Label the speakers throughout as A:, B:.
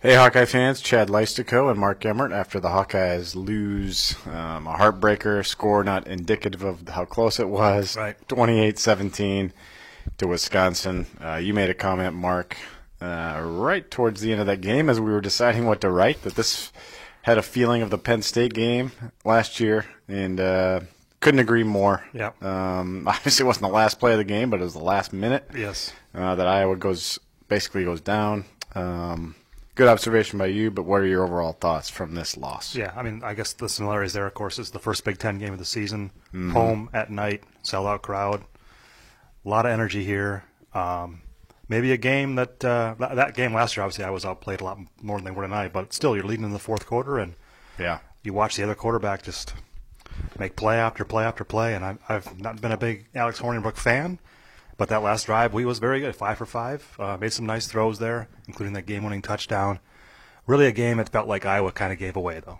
A: Hey, Hawkeye fans, Chad Leistico and Mark Emmert after the Hawkeyes lose um, a heartbreaker score not indicative of how close it was,
B: Right.
A: 28-17 to Wisconsin. Uh, you made a comment, Mark, uh, right towards the end of that game as we were deciding what to write, that this had a feeling of the Penn State game last year, and uh, couldn't agree more.
B: Yeah.
A: Um, obviously, it wasn't the last play of the game, but it was the last minute
B: Yes.
A: uh, that Iowa goes basically goes down. Um, good observation by you, but what are your overall thoughts from this loss?
B: Yeah, I mean, I guess the similarities there, of course, is the first Big Ten game of the season. Home at night, sellout crowd, a lot of energy here. Um, maybe a game that uh, that that game last year, obviously, I was outplayed a lot more than they were tonight. But still, you're leading in the fourth quarter, and
A: Yeah.
B: you watch the other quarterback just make play after play after play. And I've, I've not been a big Alex Hornibrook fan, but that last drive, we was very good, five for five. Uh, made some nice throws there, including that game-winning touchdown. Really, a game it felt like Iowa kind of gave away, though.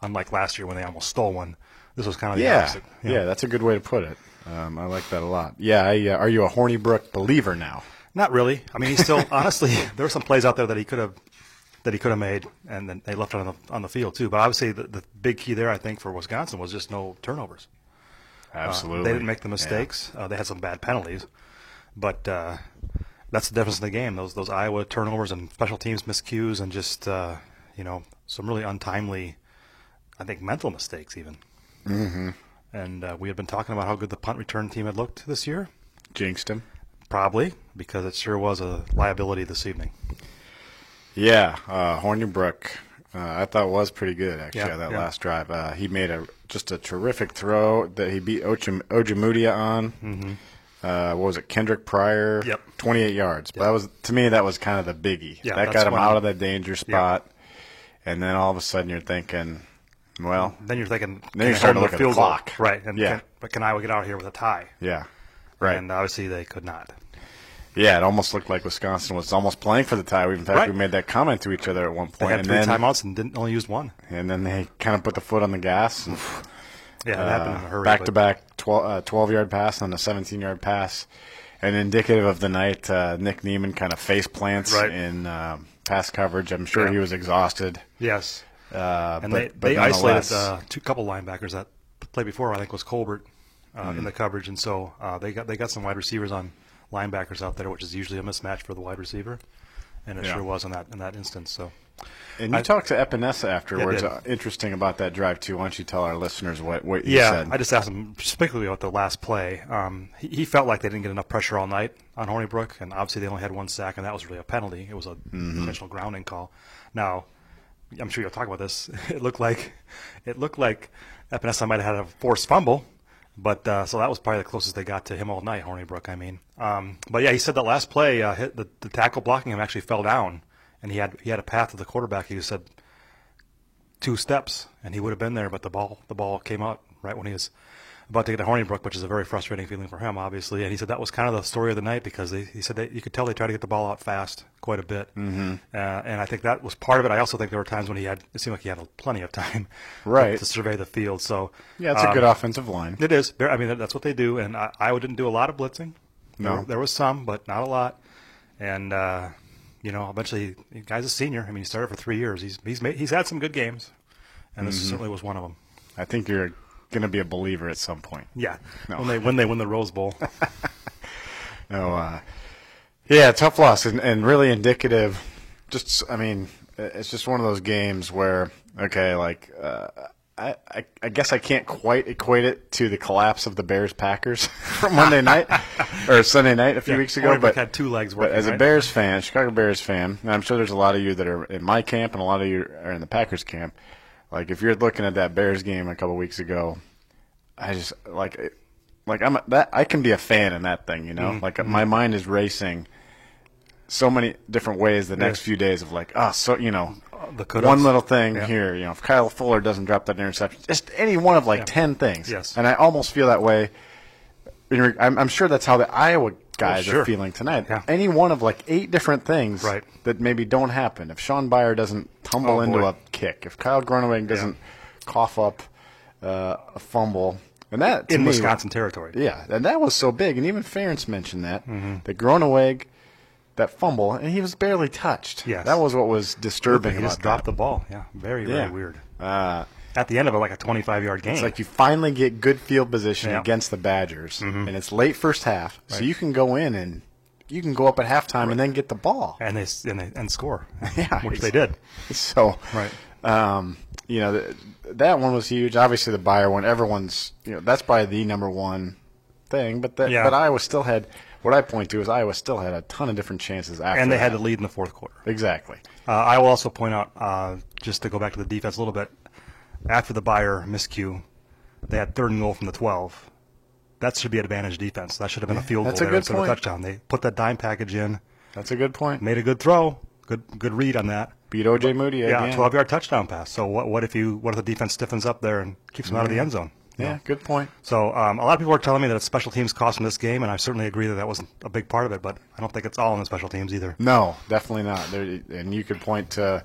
B: Unlike last year when they almost stole one, this was kind of the
A: Yeah.
B: opposite.
A: Yeah, that's a good way to put it. Um, I like that a lot. Yeah, I, uh, are you a Horny Brook believer now?
B: Not really. I mean, he still honestly. There were some plays out there that he could have that he could have made, and then they left it on the on the field too. But obviously, the, the big key there, I think, for Wisconsin was just no turnovers. Uh, They didn't make the mistakes. Uh, they had some bad penalties, but uh, that's the difference in the game. Those those Iowa turnovers and special teams miscues, and just uh, you know some really untimely, I think, mental mistakes even. Mm-hmm. And uh, we had been talking about how good the punt return team had looked this year.
A: Jinxed him.
B: Probably because it sure was a liability this evening.
A: Yeah, uh, Hornibrook, uh, I thought was pretty good actually
B: Yeah,
A: on that
B: yeah.
A: last drive. Uh, he made a just a terrific throw that he beat Ochim- Ojemudia on. Uh, what was it, Kendrick Pryor?
B: Mm-hmm. Yep.
A: twenty-eight yards. But that was to me that was kind of the biggie.
B: Yeah,
A: that
B: that's
A: got him
B: when-
A: out of that danger spot, and then all of a sudden you're thinking, well,
B: Then you're thinking, can
A: you're
B: they
A: starting
B: hold
A: to
B: the
A: look at the
B: field goal?
A: clock.
B: right? And
A: Yeah.
B: can, but can Iowa get out of here with a tie?
A: yeah, right,
B: And uh, obviously they could not.
A: yeah. It almost looked like Wisconsin was almost playing for the tie. We- In fact,
B: Right.
A: we made that comment to each other at one
B: They
A: point,
B: had
A: and
B: three
A: then
B: timeouts and didn't only use one.
A: and then they kind of put the foot on the gas. and-
B: Yeah, it happened in a hurry.
A: Uh, back
B: but-
A: to back 12, uh, 12 yard pass and a 17 yard pass. And indicative of the night, uh, Nick Neiman kind of face plants
B: Right.
A: in um pass coverage. I'm sure
B: Yeah.
A: he was exhausted.
B: Yes,
A: Uh,
B: and
A: but,
B: they,
A: but
B: they isolated
A: nonetheless-
B: uh, two couple linebackers that played before. I think was Colbert uh,
A: Hmm.
B: in the coverage, and so uh, they got they got some wide receivers on linebackers out there, which is usually a mismatch for the wide receiver, and it
A: Yeah.
B: sure was in that in that instance. So
A: and you talked to Epinesa afterwards.
B: did.
A: uh, interesting about that drive, too. Why don't you tell our listeners what, what you
B: Yeah,
A: said?
B: I just asked him specifically about the last play. Um, he, he felt like they didn't get enough pressure all night on Hornibrook, and obviously they only had one sack, and that was really a penalty. It was a
A: Mm-hmm.
B: intentional grounding call. Now, I'm sure you'll talk about this. It looked like it looked like Epinesa might have had a forced fumble, but uh, so that was probably the closest they got to him all night, Hornibrook. I mean, um, but yeah, he said that last play, uh, hit the, the tackle blocking him actually fell down, and he had he had a path to the quarterback. He said two steps and he would have been there, but the ball the ball came out right when he was about to get to Hornibrook, which is a very frustrating feeling for him, obviously. And he said that was kind of the story of the night because they, he said that you could tell they tried to get the ball out fast quite a bit, mm-hmm. uh, and I think that was part of it. I also think there were times when he had it seemed like he had plenty of time,
A: Right.
B: to survey the field. So
A: yeah, it's a
B: Um,
A: good offensive line.
B: it is. They're- I mean, that's what they do. And I, Iowa didn't do a lot of blitzing.
A: No.
B: There, there was some, but not a lot. And, uh, you know, eventually, the guy's a senior. I mean, he started for three years. He's he's made, he's had some good games,
A: Mm-hmm.
B: and this certainly was one of them.
A: I think you're going to be a believer at some point.
B: Yeah. When they when they win the Rose Bowl.
A: No, uh, yeah, tough loss and, and really indicative. Just, I mean, it's just one of those games where, okay, like, uh, I, I, I guess I can't quite equate it to the collapse of the Bears Packers from Monday night or Sunday night a few
B: Yeah,
A: weeks ago.
B: Hornibrook
A: But
B: had two legs
A: But
B: working,
A: as a
B: right?
A: Bears fan, Chicago Bears fan, and I'm sure there's a lot of you that are in my camp and a lot of you are in the Packers camp. Like, if you're looking at that Bears game a couple weeks ago, I just like it, like I'm a- that I can be a fan in that thing, you know.
B: Mm-hmm.
A: Like my mind is racing so many different ways the next few days of like, oh, so you know,
B: Uh, the could've.
A: one little thing here, you know, if Kyle Fuller doesn't drop that interception, just any one of like ten things.
B: Yes.
A: and I almost feel that way. in re- I'm, I'm sure that's how the Iowa guys are
B: Oh, sure.
A: feeling tonight.
B: Yeah.
A: Any one of like eight different things
B: Right.
A: that maybe don't happen. If Sean Byer doesn't tumble
B: Oh,
A: into
B: boy.
A: a kick, if Kyle Grunewig doesn't cough up uh, a fumble, and that to
B: in
A: me-
B: Wisconsin territory. Mm-hmm.
A: yeah, and that was so big. And even Ference mentioned that. That Groneweg that fumble, and he was barely touched.
B: Yes.
A: that was what was disturbing.
B: He
A: about
B: just dropped
A: that.
B: the ball. Yeah, very, very
A: Yeah.
B: weird.
A: Uh,
B: At the end of it, like a 25 yard game.
A: It's like you finally get good field position
B: Yeah. Mm-hmm.
A: against the Badgers, and it's late first half, so you can go in and you can go up at halftime and then get the ball.
B: and they s- and they and score.
A: Yeah,
B: which they did.
A: So,
B: Right.
A: um, you know, th- that one was huge. Obviously, the buyer one, everyone's, you know, that's probably the number one thing. But that,
B: Yeah.
A: but Iowa still had what I point to is Iowa still had a ton of different chances after,
B: And they had
A: that.
B: the lead in the fourth quarter.
A: exactly.
B: Uh, I will also point out, uh, just to go back to the defense a little bit, after the buyer miscue, they had third and goal from the 12. That should be advantage defense. That should have been a field
A: that's a
B: goal there
A: good
B: instead of a
A: point.
B: touchdown. They put that dime package in,
A: That's a good point.
B: made a good throw, good good read on that.
A: Beat OJ Moody
B: Yeah,
A: again.
B: 12 yard touchdown pass. So what what if you what if the defense stiffens up there and keeps them out of the end zone?
A: Yeah, good point.
B: So um, a lot of people are telling me that it's special teams cost them this game, and I certainly agree that that was a big part of it. But I don't think it's all on the special teams either.
A: No, definitely not. There, and you could point to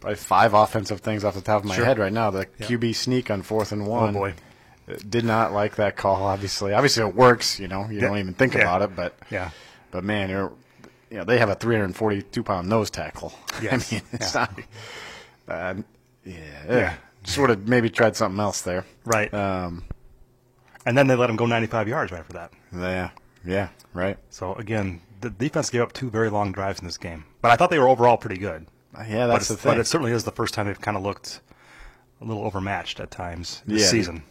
A: probably five offensive things off the top of my
B: Sure. Oh,
A: head right now. The QB sneak on fourth and one.
B: boy.
A: Did not like that call. Obviously, obviously it works. You know, you don't even think
B: Yeah.
A: about it. But
B: Yeah.
A: but man, you're, you know they have a 342 pound nose tackle.
B: Yes.
A: I mean, it's
B: Yeah.
A: not. Uh, yeah, Sort of maybe tried something else there.
B: Right.
A: Um.
B: and then they let him go 95 yards right after that.
A: Yeah. Yeah. Right.
B: So again, the defense gave up two very long drives in this game, but I thought they were overall pretty good.
A: Yeah.
B: But
A: That's the
B: it's-
A: thing.
B: But it certainly is the first time they've kind of looked a little overmatched at times this
A: Yeah.
B: season.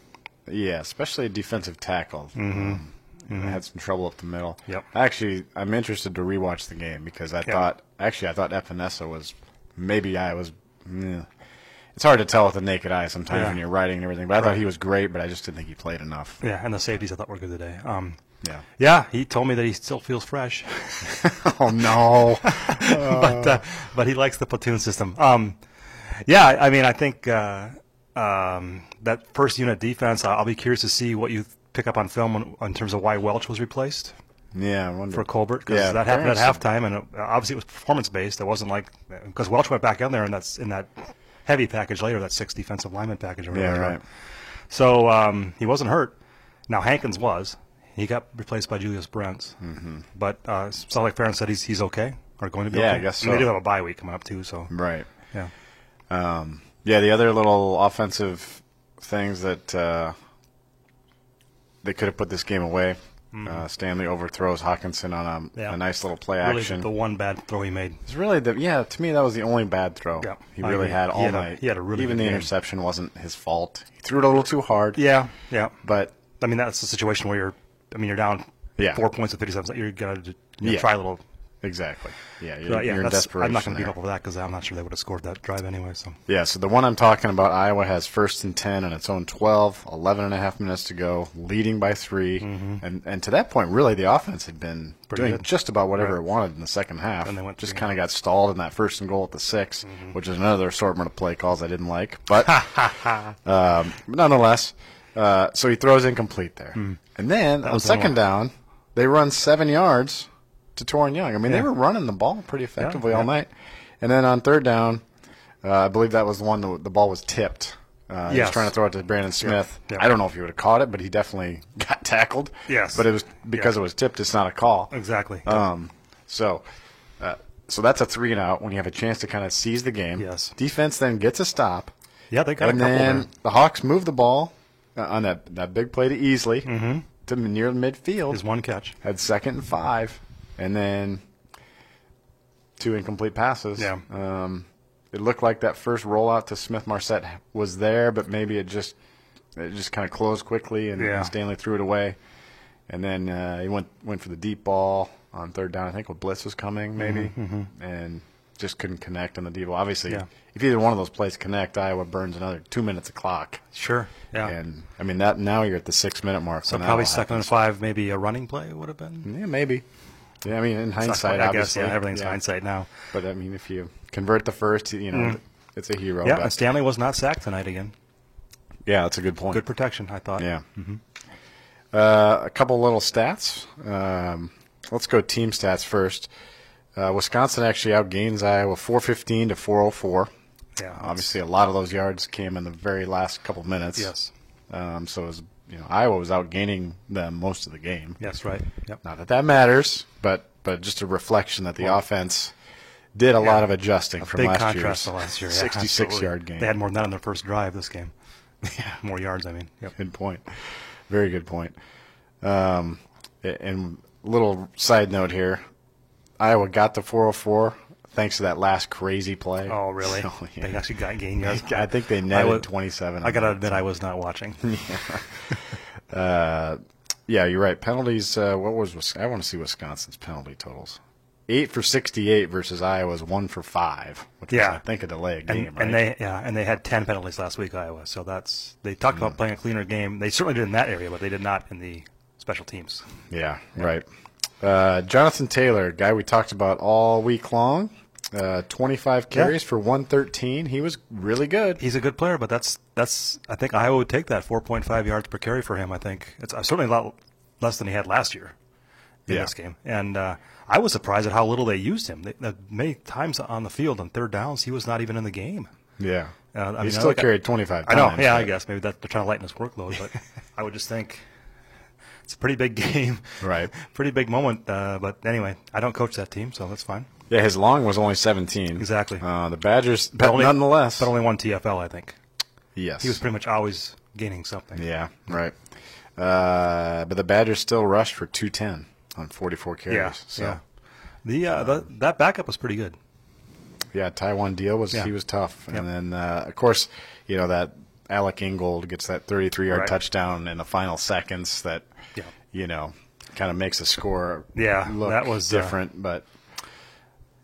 A: Yeah, especially a defensive tackle. Um, I had some trouble up the middle.
B: Yep.
A: Actually, I'm interested to rewatch the game because I thought actually I thought Epinesa was maybe I was. meh. It's hard to tell with the naked eye sometimes
B: Yeah.
A: when you're writing and everything, but I thought he was great, but I just didn't think he played enough.
B: Yeah, and the safeties I thought were good today. Um,
A: Yeah.
B: yeah, he told me that he still feels fresh.
A: oh no.
B: but uh, but he likes the platoon system. Um, yeah, I I mean, I think uh, um, that first unit defense. I- I'll be curious to see what you pick up on film in, in terms of why Welch was replaced
A: yeah, I wonder.
B: for Colbert because
A: Yeah,
B: that happened at
A: very
B: halftime, and it, obviously it was performance based. It wasn't like because Welch went back in there and that's in that heavy package later, that six defensive lineman package. Or
A: yeah,
B: whatever.
A: right.
B: So um, he wasn't hurt. Now Hankins was. He got replaced by Julius Brents. Mm-hmm. But uh, sounds like Farron said he's he's okay or going to be
A: Yeah,
B: okay.
A: I guess
B: mean,
A: so.
B: they do have a bye week coming up too, so
A: Right.
B: yeah.
A: Um, yeah, the other little offensive things that uh, they could have put this game away. Uh, Stanley overthrows Hawkinson on a,
B: Mm-hmm. Yeah.
A: a nice little play
B: Really,
A: action.
B: the one bad throw he made.
A: it's really the yeah. To me, that was the only bad throw
B: Yeah,
A: he
B: I
A: really
B: agree.
A: had
B: He
A: all
B: had a-
A: night.
B: he had a really
A: even
B: good
A: the
B: game.
A: interception wasn't his fault. He threw it a little too hard.
B: Yeah, yeah.
A: but
B: I mean, that's a situation where you're. I mean, you're down
A: Yeah.
B: four points at fifty-seven. You're gonna you know,
A: Yeah.
B: try a little.
A: exactly. Yeah, you're,
B: But yeah,
A: you're in
B: that's,
A: desperation.
B: I'm not gonna beat
A: there.
B: up over that because I'm not sure they would have scored that drive anyway. So
A: Yeah, so the one I'm talking about, Iowa has first and 10 on its own 12, 11 and a half minutes to go, leading by 3 And, and to that point, really, the offense had been
B: Mm-hmm. Pretty
A: doing
B: good.
A: just about whatever it wanted in the second half.
B: And Mm-hmm. they went
A: just
B: three
A: kind of got stalled in that first and goal at the 6, which is another assortment of play calls I didn't like. But um, but nonetheless, uh, so he throws incomplete there. And then on
B: Hmm. was the one
A: second down, they run seven yards to Torrin Young. I mean, they
B: Yeah.
A: were running the ball pretty effectively all
B: yeah.
A: night. And then on third down, uh, I believe that was the one that the ball was tipped. Uh, He was
B: Yes.
A: trying to throw it to Brandon Smith.
B: Yeah.
A: I don't know if he would have caught it, but he definitely got tackled.
B: Yes.
A: But it was because
B: Yeah. Uh,
A: it was tipped, it's not a call.
B: exactly.
A: Um, so, uh, so that's a three and out when you have a chance to kind of seize the game.
B: Yes.
A: Defense then gets a stop.
B: yeah, they got
A: And
B: a couple.
A: then
B: there.
A: the Hawks move the ball uh, on that, that big play to Easley
B: Mm-hmm.
A: to near midfield.
B: His one catch.
A: had second and five, and then two incomplete passes.
B: Yeah.
A: Um, it looked like that first rollout to Smith Marset was there, but maybe it just it just kind of closed quickly, and
B: Yeah.
A: Stanley threw it away. And then uh, he went went for the deep ball on third down. I think with Blitz was coming,
B: Mm-hmm,
A: maybe, and just couldn't connect on the deep ball. Obviously,
B: Yeah.
A: if either one of those plays connect, Iowa burns another two minutes of clock.
B: Sure. Yeah.
A: And I mean that now you're at the six minute mark.
B: so
A: when that
B: probably
A: all happens.
B: second and five, maybe a running play would have been.
A: Yeah, maybe. Yeah, I mean, in hindsight,
B: I guess
A: obviously,
B: yeah, everything's hindsight now.
A: But I mean, if you convert the first, you know, it's a hero.
B: Yeah,
A: but-
B: and Stanley was not sacked tonight again.
A: yeah, that's a good point.
B: Good Mm-hmm. protection, I thought.
A: Yeah. Uh, a couple little stats. Um, let's go team stats first. Uh, Wisconsin actually outgains Iowa 415 to 404.
B: Yeah, that's-
A: Obviously, a lot of those yards came in the very last couple minutes.
B: Yes.
A: Um, so it was, you know, Iowa was outgaining them most of the game.
B: Yes, right. Yep.
A: Not that that matters, but but just a reflection that the offense did a lot of adjusting from
B: Big
A: last
B: contrast
A: year's
B: to last year. yeah,
A: 66
B: absolutely.
A: yard game.
B: They had more than that on their first drive this game. Yeah. More yards, I mean. Yep.
A: Good point. Very good point. Um, a- and little side note here, Iowa got the 404 thanks to that last crazy play.
B: Oh, really?
A: So, yeah.
B: They actually got gain yards.
A: I think they netted 27.
B: I got to admit, I was not watching.
A: Uh, yeah, you're right. Penalties. Uh, what was Wis- I want to see Wisconsin's penalty totals. Eight for 68 versus Iowa's one for five. Which
B: Yeah.
A: was, I think a delay game,
B: and,
A: right?
B: and they yeah, and they had ten penalties last week, Iowa. So that's they talked
A: Mm.
B: about playing a cleaner game. They certainly did in that area, but they did not in the special teams.
A: Yeah, right. Uh, Jonathan Taylor, guy we talked about all week long, uh, 25 carries for 113. He was really good.
B: He's a good player, but that's that's I think Iowa would take that four point five yards per carry for him. I think it's uh, certainly a lot less than he had last year in
A: Yeah.
B: this game. And uh, I was surprised at how little they used him. They, uh, many times on the field on third downs, he was not even in the game.
A: Yeah.
B: Uh, I
A: he
B: mean,
A: still
B: I-
A: carried 25
B: I know.
A: times,
B: Yeah, I
A: but-
B: guess maybe that they're trying to lighten his workload, but I would just think it's a pretty big game,
A: Right.
B: pretty big moment. Uh, but anyway, I don't coach that team, so that's fine.
A: Yeah, his long was only 17.
B: Exactly.
A: Uh, the Badgers, but
B: only-
A: nonetheless.
B: But only one TFL, I think.
A: yes.
B: He was pretty much always gaining something.
A: yeah, right. Uh, but the Badgers still rushed for 210 on 44 carries.
B: yeah.
A: so,
B: yeah. The, uh, the that backup was pretty good.
A: Yeah, Taiwan Deal was
B: Yeah.
A: he was tough,
B: Yep.
A: and then uh, of course you know that Alec Ingold gets that 33 yard
B: Right.
A: touchdown in the final seconds that
B: Yeah.
A: you know kind of makes the score
B: Yeah,
A: look
B: that was, uh,
A: different, but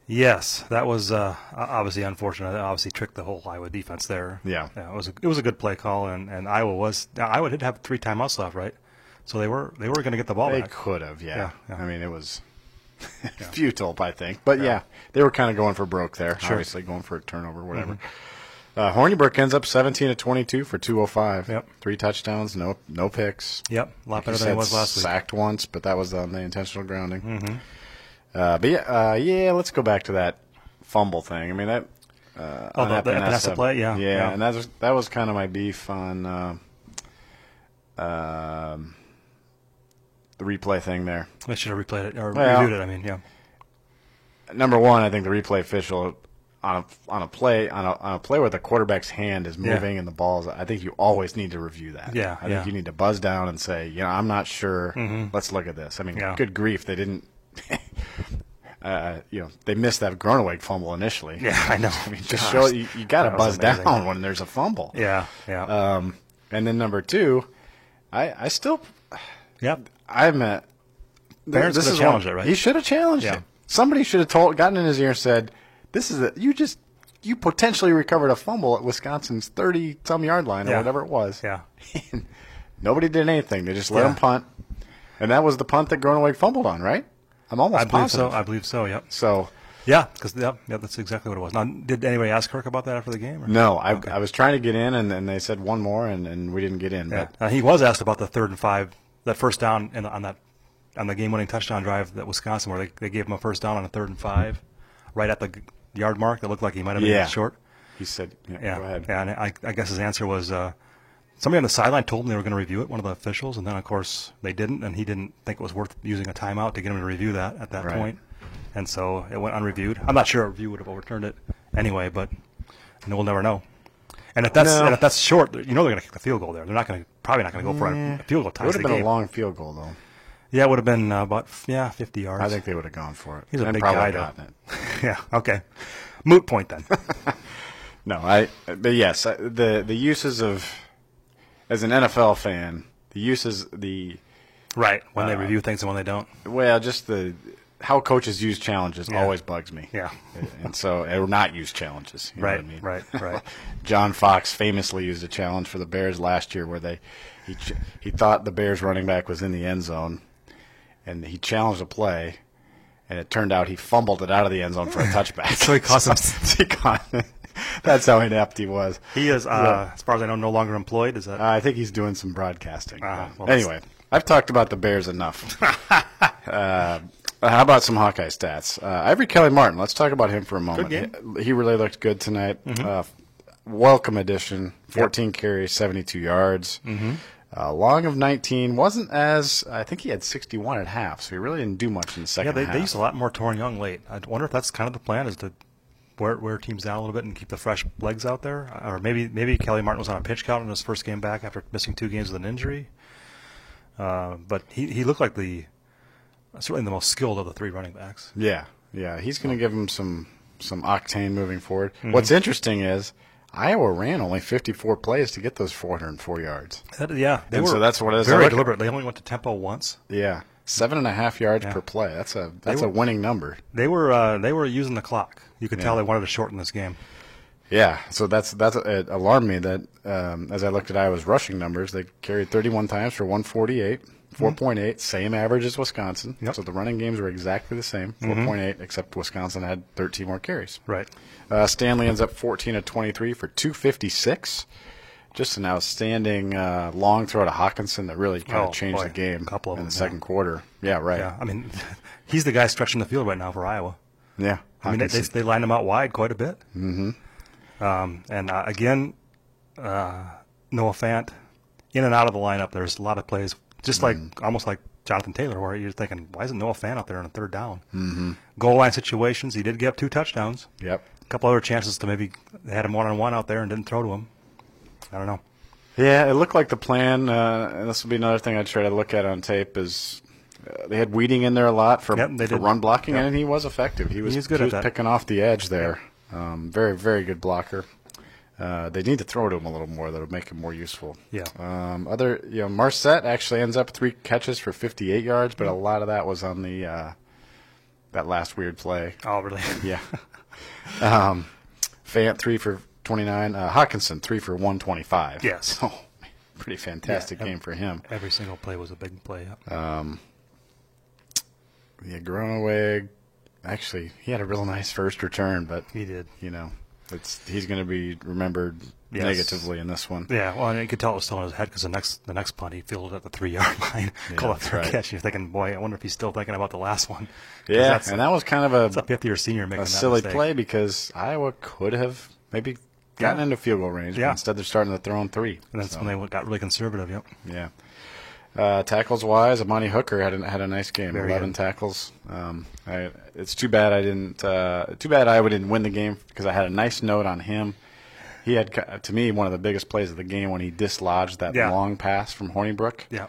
B: Yes, that was uh, o- obviously unfortunate. That obviously tricked the whole Iowa defense there.
A: Yeah.
B: it was a, it was a good play call, and, and Iowa was now, Iowa did have three timeouts left, right? So they were they were going to get the ball
A: they
B: back.
A: could have. Yeah.
B: oh, Yeah, yeah.
A: I mean it was futile, I think, but yeah. they were kind of going for broke there. Obviously going for a turnover, whatever. Uh, Hornibrook ends up 17 to 22 for 205.
B: Mm-hmm. Yep.
A: Three touchdowns, no no picks.
B: Yep, a lot better
A: He
B: than it
A: said
B: was last week. Mm-hmm.
A: Sacked once, but that was on the intentional grounding. Uh, but yeah, uh, yeah, let's go back to that fumble thing. I mean that. Uh,
B: Oh,
A: on
B: the- the Epinesa play? Yeah,
A: yeah,
B: yeah.
A: and that was that was kind of my beef on uh, um, the replay thing there.
B: I should have replayed it or
A: Well-
B: reviewed it. I mean, yeah,
A: Number one, I think the replay official on a on a play on a on a play where the quarterback's hand is
B: Yeah.
A: moving and the balls. I think you always need to review that.
B: Yeah,
A: I
B: yeah. Mm-hmm.
A: think you need to buzz down and say, you know, I'm not sure. Let's look at this. I mean,
B: Yeah.
A: good grief, they didn't. Uh, you know, they missed that Gronowig fumble initially.
B: yeah, I know.
A: I mean, just show you, you got to
B: That was
A: buzz
B: amazing.
A: down when there's a fumble.
B: Yeah, yeah,
A: Um, and then number two, I I still
B: yep.
A: I'm a
B: Barron's
A: this
B: could have
A: is
B: challenged
A: one-
B: it, right?
A: He should have challenged
B: Yeah.
A: it. Somebody should have told, gotten in his ear and said, "This is a, you just you potentially recovered a fumble at Wisconsin's thirty some yard line or
B: Yeah.
A: whatever it was."
B: Yeah,
A: Nobody did anything. They just let
B: Yeah.
A: him punt, and that was the punt that Groneweg fumbled on, right? I'm almost
B: I believe
A: positive.
B: so. I believe so. Yep.
A: so
B: Yeah, because yep, yep, that's exactly what it was. Now, did anybody ask Kirk about that after the game? Or?
A: no, I, I was trying to get in, and, and they said one more, and, and we didn't get in.
B: Yeah.
A: But
B: Uh, he was asked about the third and five, that first down in, on that on the game-winning touchdown drive that Wisconsin, where they, they gave him a first down on a third and five, right at the g- yard mark. That looked like he might have been
A: Yeah.
B: short.
A: he said, "Yeah,
B: Yeah.
A: go ahead."
B: Yeah, and I, I guess his answer was uh, somebody on the sideline told him they were going to review it, one of the officials, and then of course they didn't, and he didn't think it was worth using a timeout to get him to review that at that
A: Right.
B: point. And so it went unreviewed. I'm not sure a review would have overturned it anyway, but and we'll never know. And if that's
A: No.
B: and if that's short, you know they're going to kick the field goal there. They're not going to probably not going to go for a- a field goal.
A: It
B: Ties
A: would
B: the
A: have been
B: game.
A: a long field goal, though.
B: Yeah, it would have been uh, about f- yeah 50 yards.
A: I think they would have gone for it.
B: He's a
A: and
B: big
A: probably
B: guy, though.
A: gotten it.
B: yeah. Okay. Moot point then.
A: No, I. But yes, I- the the uses of as an NFL fan, the uses the
B: right. When they review things and when they don't.
A: well, just the how coaches use challenges always bugs me.
B: Yeah.
A: and so or not use challenges. You
B: Right.
A: Know what I mean?
B: Right. Right.
A: John Fox famously used a challenge for the Bears last year where they he ch- he thought the Bears running back was in the end zone and he challenged a play and it turned out he fumbled it out of the end zone for a touchback.
B: So he cost him-
A: he caught- That's how inept he was.
B: He is, uh, as far as I know, no longer employed. Is that?
A: Uh, I think he's doing some broadcasting.
B: Ah,
A: But
B: well, that's-
A: anyway, I've talked about the Bears enough. uh, how about some Hawkeye stats? Uh, Ivory Kelly Martin. Let's talk about him for a moment.
B: game. Mm-hmm.
A: He, he really looked good
B: Mm-hmm.
A: tonight. Uh, welcome addition. Fourteen carries, seventy-two yards. Uh, Long of 19 wasn't as I think he had 61 at half, so he really didn't do much in the
B: Yeah,
A: second
B: they,
A: half.
B: they used a lot more Torn Young late. I wonder if that's kind of the plan is to wear, wear teams down a little bit and keep the fresh legs out there, Uh, or maybe maybe Kelly Martin was on a pitch count in his first game back after missing two games with an injury. Uh, but he, he looked like the certainly the most skilled of the three running backs.
A: Yeah, yeah, he's going to give him some some octane moving forward.
B: Mm-hmm.
A: What's interesting is Iowa ran only 54 plays to get those 404 yards.
B: That- yeah, they
A: And
B: were
A: so that's what it is. I
B: very
A: look-
B: deliberate. They only went to tempo once.
A: Yeah, seven and a half yards per play. That's a that's a
B: were-
A: winning number.
B: They were uh, they were using the clock. You could tell they wanted to shorten this game.
A: Yeah, so that's that's it alarmed me that um, as I looked at Iowa's rushing numbers, they carried 31 times for 148, 4.8, same average as Wisconsin.
B: Mm-hmm. Yep. Mm-hmm.
A: So the running games were exactly the same, 4.8, except Wisconsin had 13 more carries.
B: Right.
A: Uh, Stanley ends up 14 of 23 for 256. Just an outstanding uh, long throw to Hawkinson that really kind
B: Oh,
A: of changed
B: boy.
A: the game
B: Couple of
A: in the
B: them, yeah.
A: second quarter. Yeah, right.
B: Yeah.
A: Yeah.
B: I mean, he's the guy stretching the field right now for Iowa. I mean, they, they,
A: Hockenson.
B: they lined him out wide quite a bit. Mm-hmm. Um, and uh, again, uh, Noah Fant, in and out of the lineup. There's a lot of plays, just like almost like Jonathan Taylor, where you're thinking, why isn't Noah Fant out there on a third down? Mm-hmm. Goal line situations, he did give up two touchdowns.
A: yep.
B: A couple other chances to maybe they had him one on one out there and didn't throw to him. I don't know.
A: Yeah, it looked like the plan, uh, and this will be another thing I try to look at on tape is uh, they had Weeding in there a lot for,
B: Yep, they
A: for
B: did.
A: run blocking,
B: Yep.
A: and he was effective. He was,
B: He's good
A: he
B: at
A: was
B: that.
A: picking off the edge there. Um, very, very good blocker. Uh, they need to throw to him a little more. That'll make him more useful.
B: Yeah.
A: Um, other, you know, Marset actually ends up three catches for 58 yards, but a lot of that was on the uh, that last weird play.
B: Oh, really?
A: Yeah. um, Fant three for twenty nine. Uh, Hawkinson three for one twenty five.
B: Yes.
A: So, pretty fantastic
B: Yeah.
A: game for him.
B: Every single play was a big play. yeah.
A: Yeah, Gronowig. Actually, he had a real nice first return, but
B: he did.
A: you know, it's he's going to be remembered
B: Yes.
A: negatively in this one.
B: Yeah, well, and you could tell it was still in his head because the next the next punt he fielded at the three yard line, called a
A: that's
B: third
A: right.
B: catch. And you're thinking, boy, I wonder if he's still thinking about the last one. 'Cause
A: Yeah,
B: that's,
A: and that was kind of
B: that's a
A: a,
B: fifth year senior making
A: a
B: that
A: silly
B: mistake.
A: play because Iowa could have maybe gotten
B: Yeah.
A: into field goal range. but
B: Yeah.
A: Instead, they're starting to throw on three.
B: And that's
A: So,
B: when they went- got really conservative. Yep.
A: Yeah. Uh, tackles wise, Amani Hooker had a, had a nice game.
B: Very
A: Eleven
B: good.
A: tackles. Um, I, it's too bad I didn't. Uh, too bad Iowa didn't win the game because I had a nice note on him. He had ca- to me one of the biggest plays of the game when he dislodged that
B: Yeah.
A: long pass from Hornibrook.
B: Yeah.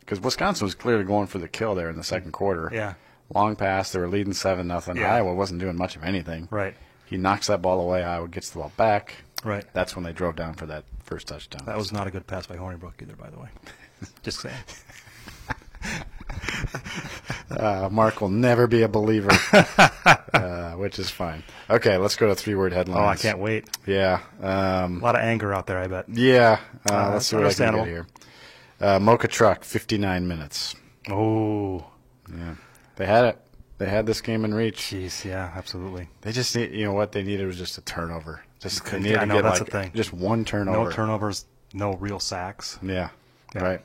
A: Because Wisconsin was clearly going for the kill there in the second quarter.
B: Yeah.
A: Long pass. They were leading seven nothing.
B: Yeah.
A: Iowa wasn't doing much of anything.
B: Right.
A: He knocks that ball away. Iowa gets the ball back.
B: Right.
A: That's when they drove down for that first touchdown.
B: That was not a good pass by Hornibrook either, by the way. Just saying.
A: Uh, Mark will never be a believer, uh, which is fine. Okay, let's go to three word headlines.
B: Oh, I can't wait.
A: Yeah. Um,
B: A lot of anger out there, I bet.
A: yeah. Uh,
B: Uh,
A: let's see what I can
B: understandable.
A: get here. Uh, Mocha Truck, 59 minutes.
B: Oh,
A: They had it. They had this game in reach.
B: jeez, yeah, absolutely.
A: They just need, you know what they needed was just a turnover. Just they
B: Yeah,
A: needed
B: I
A: to
B: know,
A: get
B: that's
A: like
B: the thing.
A: just one turnover.
B: No turnovers, no real sacks.
A: Yeah.
B: Yeah.
A: Right.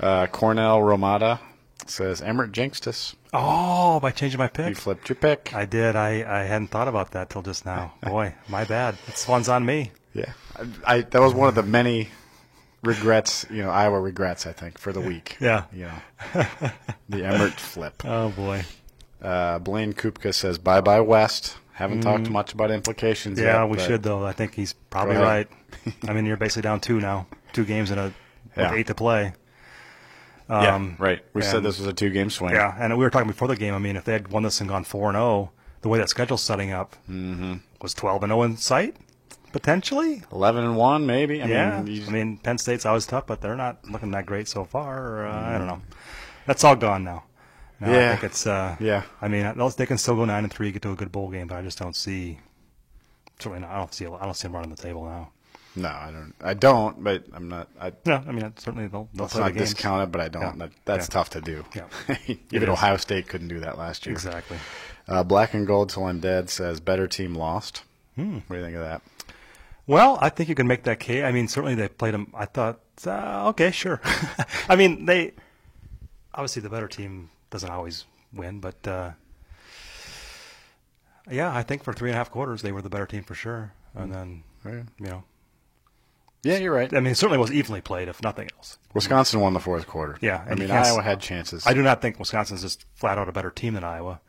A: Uh, Cornell Romata says Emmett jinxed us.
B: Oh, by changing my
A: You
B: pick.
A: flipped your pick.
B: I did. I, I hadn't thought about that till just now. Boy, my bad. This one's on me.
A: Yeah, I, I that was one of the many regrets, you know, Iowa regrets. I think for the week.
B: Yeah.
A: you know, the Emmert flip.
B: Oh boy.
A: Uh, Blaine Kupka says bye bye West. Haven't talked much about implications.
B: Mm. Yeah,
A: yet,
B: we
A: but-
B: should though. I think he's probably
A: Go
B: right.
A: ahead.
B: I mean, you're basically down two now, two games in a
A: Yeah.
B: with eight to play.
A: Yeah,
B: Um,
A: right. We said
B: and-
A: this was a two game swing.
B: Yeah, and we were talking before the game. I mean, if they had won this and gone four and zero, the way that schedule's setting up
A: Mm-hmm.
B: was twelve and zero in sight potentially.
A: eleven and one, maybe. I
B: yeah,
A: mean, you-
B: I mean, Penn State's always tough, but they're not looking that great so far. Uh, I don't know. That's all gone now. Now
A: Mm-hmm. Yeah.
B: I think it's. Uh,
A: Yeah.
B: I mean, they'll- they can still go nine and three, get to a good bowl game, but I just don't see. Certainly, not, I don't see. I don't see them running the table now.
A: no, I don't. I don't. But I'm not. I,
B: No, I mean, I- certainly they'll. they'll
A: let's
B: play
A: not
B: the games.
A: discount it, but I don't.
B: Yeah.
A: That, that's
B: Yeah.
A: tough to do.
B: Yeah. It
A: Even
B: is.
A: Ohio State couldn't do that last year.
B: Exactly.
A: Uh, Black and Gold Till I'm Dead says better team lost.
B: Hmm.
A: What do you think of that?
B: Well, I think you can make that case. I mean, certainly they played them. I thought, uh, okay, sure. I mean, they obviously the better team doesn't always win, but uh, yeah, I think for three and a half quarters they were the better team for sure. And then
A: Yeah.
B: you know,
A: Yeah, you're right.
B: I mean, it certainly was evenly played, if nothing else.
A: Wisconsin won the fourth quarter.
B: Yeah,
A: I
B: and you
A: mean
B: can't s-
A: Iowa had chances.
B: I do not think Wisconsin's just flat out a better team than Iowa,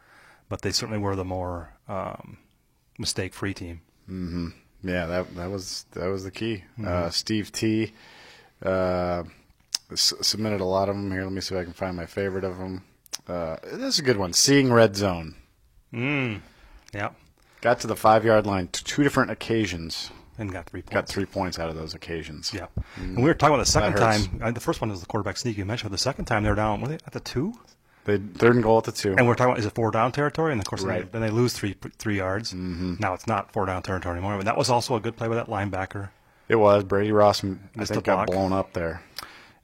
B: but they certainly were the more um, mistake-free team.
A: yeah, that that was that was the key.
B: Mm-hmm.
A: Uh, Steve T. Uh, s- submitted a lot of them here. Let me see if I can find my favorite of them. Uh, this is a good one. Seeing red zone.
B: Yeah,
A: Got to the five yard line t- two different occasions.
B: and got three points.
A: Got three points out of those occasions.
B: Yeah, and we were talking about the second
A: Mm. hurts.
B: time. Uh, the first one was the quarterback sneak you mentioned. But the second time they were down. Were they at the two?
A: They third and goal at the two.
B: And we're talking about is it four down territory? And of course, then,
A: Right. Mm-hmm.
B: they, then they lose three three yards. Now it's not four down territory anymore. But that was also a good play by that linebacker.
A: It was Brady Ross. I
B: Missed
A: think
B: the
A: got
B: block.
A: blown up there.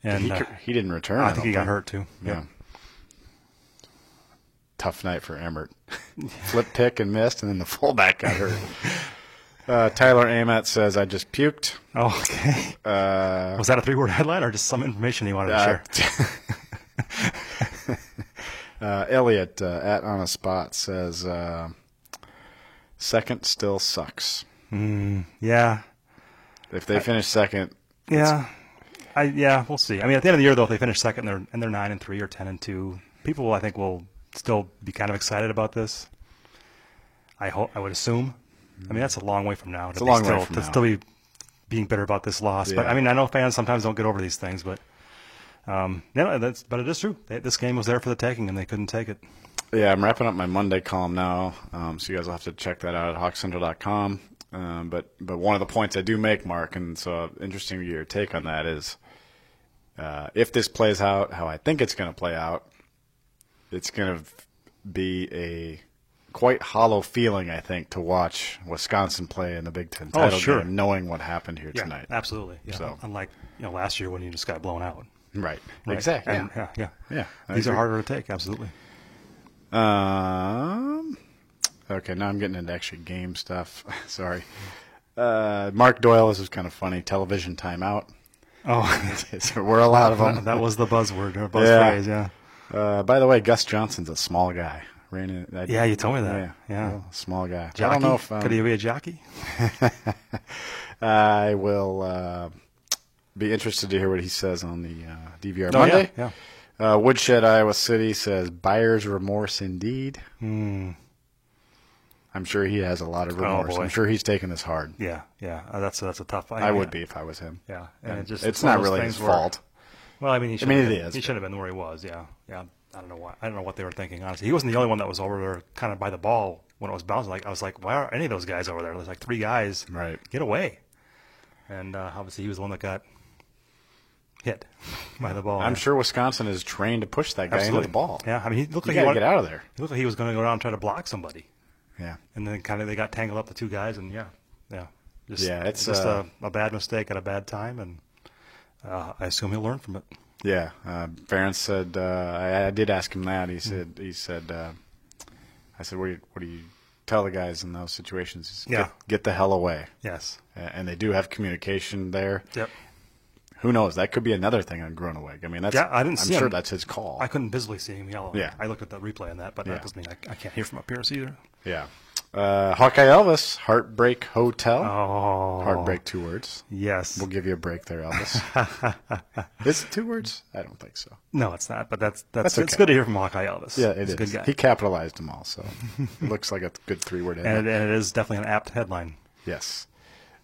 B: And
A: he,
B: uh,
A: cou- he didn't return.
B: I
A: don't
B: think he got hurt too.
A: Yeah. Tough night for Emmert. Flip pick and missed, and then the fullback got hurt. Uh, Tyler Amet says, "I just puked."
B: Oh, okay.
A: Uh,
B: was that a three word headline or just some information you wanted to
A: uh,
B: share?
A: uh, Elliot uh, at on a spot says, uh, second still sucks."
B: Yeah.
A: If they finish second,
B: Yeah. I yeah, we'll see. I mean, at the end of the year, though, if they finish second, they're and they're nine and three or ten and two. People, I think, will still be kind of excited about this. I hope. I would assume. I mean, that's a long way from now. It's
A: a long way
B: still,
A: from
B: to
A: now.
B: still be being bitter about this loss. But
A: Yeah.
B: I mean, I know fans sometimes don't get over these things, but um, no, that's but it is true. They, this game was there for the taking, and they couldn't take it.
A: Yeah, I'm wrapping up my Monday column now, um, so you guys will have to check that out at hawkcentral.com. Um, but but one of the points I do make, Mark, and so interesting your take on that is, uh, if this plays out how I think it's going to play out, it's going to be a quite hollow feeling, I think, to watch Wisconsin play in the Big Ten title
B: Oh, sure.
A: game, knowing what happened here tonight.
B: absolutely. Yeah.
A: So-
B: Unlike you know last year when you just got blown out.
A: Right. Exactly.
B: And- yeah. Yeah.
A: Yeah, I
B: These are
A: agree.
B: harder to take. Absolutely.
A: Um, okay, now I'm getting into actually game stuff. Sorry. Uh, Mark Doyle, this is kind of funny. Television timeout.
B: Oh.
A: So We're a lot of
B: That,
A: them.
B: that was the buzzword or buzz
A: Yeah.
B: phrase, yeah.
A: Uh, by the way, Gus Johnson's a small guy. Ran in, I,
B: Yeah, you told me that.
A: yeah,
B: yeah.
A: well, small guy.
B: Jockey?
A: I don't know if
B: Could
A: um,
B: he be a jockey?
A: I will uh, be interested to hear what he says on the uh, DVR
B: Oh, yeah,
A: Monday.
B: yeah.
A: Uh, Woodshed, Iowa City says buyer's remorse indeed. I'm sure he has a lot of remorse.
B: Hmm. Oh, boy.
A: I'm sure he's taking this hard.
B: Yeah, yeah. Uh, that's that's a tough.
A: I would be if I was him.
B: Yeah, and it just
A: it's
B: one of
A: not
B: those
A: really
B: things
A: his
B: where-
A: fault.
B: Well, I mean, he should.
A: mean,
B: have
A: it
B: been-
A: is,
B: He
A: but-
B: should have been where he was. Yeah, yeah. I don't know why. I don't know what they were thinking. Honestly, he wasn't the only one that was over there, kind of by the ball when it was bouncing. Like I was like, why are any of those guys over there? There's like three guys.
A: Right.
B: Get away. And uh, obviously, he was the one that got hit by the ball.
A: I'm sure Wisconsin is trained to push that guy
B: Absolutely.
A: into the ball.
B: Yeah, I mean, he looked
A: You gotta
B: like he wanted,
A: get out of there.
B: He looked like he was going to go down and try to block somebody.
A: Yeah.
B: and then kind of they got tangled up the two guys, and yeah, yeah, just,
A: Yeah, it's,
B: just
A: uh,
B: a, a bad mistake at a bad time, and uh, I assume he'll learn from it.
A: Yeah. Uh, Ferentz said, uh, I, I did ask him that.
B: Hmm.
A: He said, he said, uh, I said, what do, you, what do you tell the guys in those situations? He said,
B: Yeah.
A: Get, get the hell away.
B: Yes.
A: A- And they do have communication there.
B: Yep.
A: Who knows? That could be another thing on Grunewig. I mean, that's,
B: Yeah, I didn't
A: I'm
B: see
A: sure
B: him.
A: that's his call.
B: I couldn't visibly see him yell.
A: Yeah.
B: I looked at the replay on that, but
A: Yeah.
B: that doesn't mean I, I can't hear from up here either.
A: yeah. Uh, Hawkeye Elvis, Heartbreak Hotel.
B: Oh,
A: Heartbreak, two words.
B: Yes.
A: We'll give you a break there, Elvis. Is it two words? I don't think so.
B: no, it's not. But that's that's,
A: That's
B: it's
A: okay.
B: good to hear from Hawkeye Elvis.
A: Yeah, it
B: He's
A: is.
B: a good guy,
A: He capitalized them all, so it looks like a good three word
B: and,
A: headline.
B: it, and it is definitely an apt headline.
A: Yes.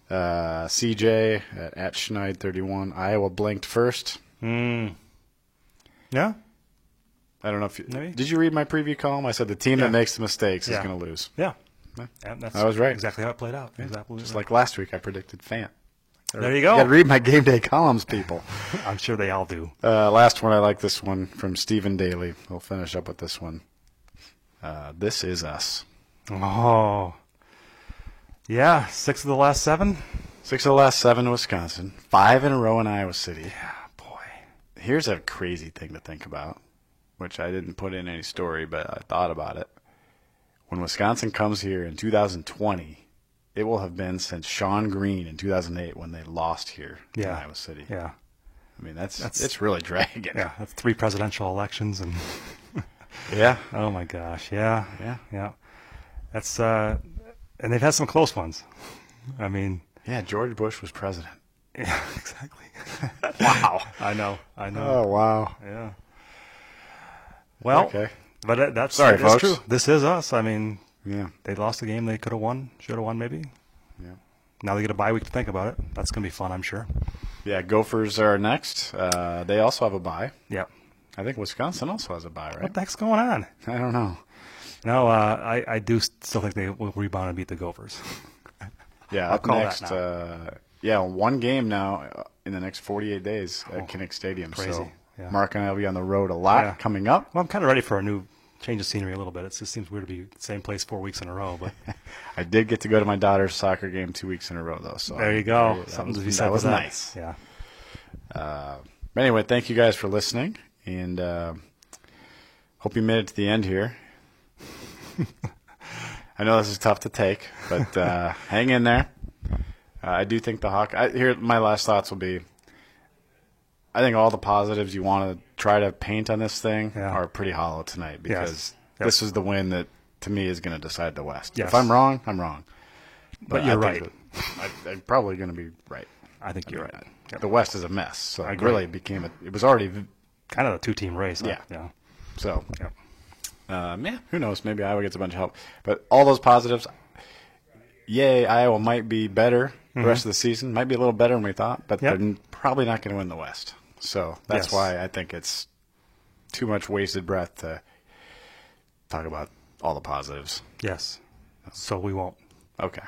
A: Uh, CJ at, at Schneid 31. Iowa blinked first.
B: Yeah.
A: I don't know if you
B: Maybe.
A: did you read my preview column? I said the team
B: Yeah.
A: that makes the mistakes
B: Yeah.
A: is going to lose.
B: Yeah. And that's
A: I was right.
B: Exactly how it played out. Exactly.
A: Just like last week, I predicted Fant.
B: There you go.
A: got to read my game day columns, people.
B: I'm sure they all do.
A: Uh, last one, I like this one from Stephen Daly. We'll finish up with this one. Uh, this is us.
B: Oh. Yeah, six of the last seven.
A: Six of the last seven, in Wisconsin. Five in a row in Iowa City.
B: Ah, boy.
A: Here's a crazy thing to think about, which I didn't put in any story, but I thought about it. When Wisconsin comes here in 2020, it will have been since Sean Green in 2008 when they lost here
B: Yeah.
A: in Iowa City.
B: Yeah,
A: I mean, that's, it's really dragging.
B: yeah. That's three presidential elections, and
A: Yeah.
B: oh my gosh, yeah,
A: Yeah.
B: yeah. That's uh, and they've had some close ones. I mean,
A: Yeah, George Bush was president.
B: Yeah, exactly.
A: Wow.
B: I know. I know.
A: Oh wow.
B: yeah. Well,
A: Okay.
B: but that, that's
A: Sorry,
B: that's
A: folks.
B: true. This is us. I mean,
A: Yeah.
B: they lost the game they could have won, should have won maybe.
A: Yeah.
B: Now they get a bye week to think about it. That's going to be fun, I'm sure.
A: Yeah. Gophers are next. Uh, they also have a bye.
B: Yeah.
A: I think Wisconsin also has a bye, right?
B: What the heck's going on?
A: I don't know.
B: No, uh, I, I do still think they will rebound and beat the Gophers.
A: Yeah,
B: I'll
A: up
B: call that
A: next.
B: now.
A: Uh, yeah, one game now uh, in the next 48 days at Kinnick Stadium. So
B: Oh, crazy. Yeah.
A: Mark and I will be on the road a lot
B: Yeah.
A: coming up.
B: Well, I'm kind of ready for a new change of scenery a little bit. It just seems weird to be the same place four weeks in a row, but
A: I did get to go to my daughter's soccer game two weeks in a row, though. So
B: there you go.
A: That
B: Something
A: was-
B: to be said
A: that
B: for
A: was
B: that.
A: nice.
B: Yeah.
A: Uh, but anyway, thank you guys for listening, and uh, hope you made it to the end here. I know this is tough to take, but uh, hang in there. Uh, I do think the Hawk. I, here, my last thoughts will be: I think all the positives you want to try to paint on this thing
B: Yeah.
A: are pretty hollow tonight because
B: Yes.
A: this is the win that, to me, is going to decide the West.
B: Yes.
A: If I'm wrong, I'm wrong.
B: But you're
A: I think
B: right.
A: that- I, I'm probably going to be right.
B: I think you're right.
A: The West is a mess, so it
B: agree.
A: really became a. It was already v-
B: Kind of a two team race. huh?
A: Yeah.
B: Yeah.
A: so.
B: Yeah.
A: Um, yeah, who knows? Maybe Iowa gets a bunch of help, but all those positives. Yay, Iowa might be better the rest of the season. Might be a little better than we thought, but
B: Mm-hmm. Yep.
A: they're n- probably not going to win the West. So that's
B: Yes.
A: why I think it's too much wasted breath to talk about all the positives.
B: Yes. So we won't.
A: Okay.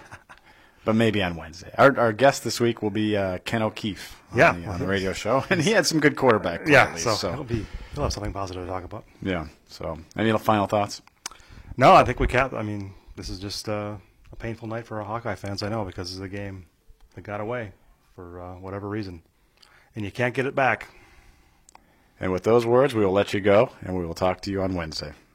A: but maybe on Wednesday. Our, our guest this week will be uh, Ken O'Keefe on,
B: Yeah.
A: the, on the radio show, and he had some good quarterback. play
B: Yeah.
A: at least,
B: So,
A: so
B: It'll be, we'll have something positive to talk about.
A: yeah. So any final thoughts?
B: No, I think we capped. I mean, this is just uh, a painful night for our Hawkeye fans, I know, because of the game that got away for uh, whatever reason. And you can't get it back.
A: And with those words, we will let you go, and we will talk to you on Wednesday.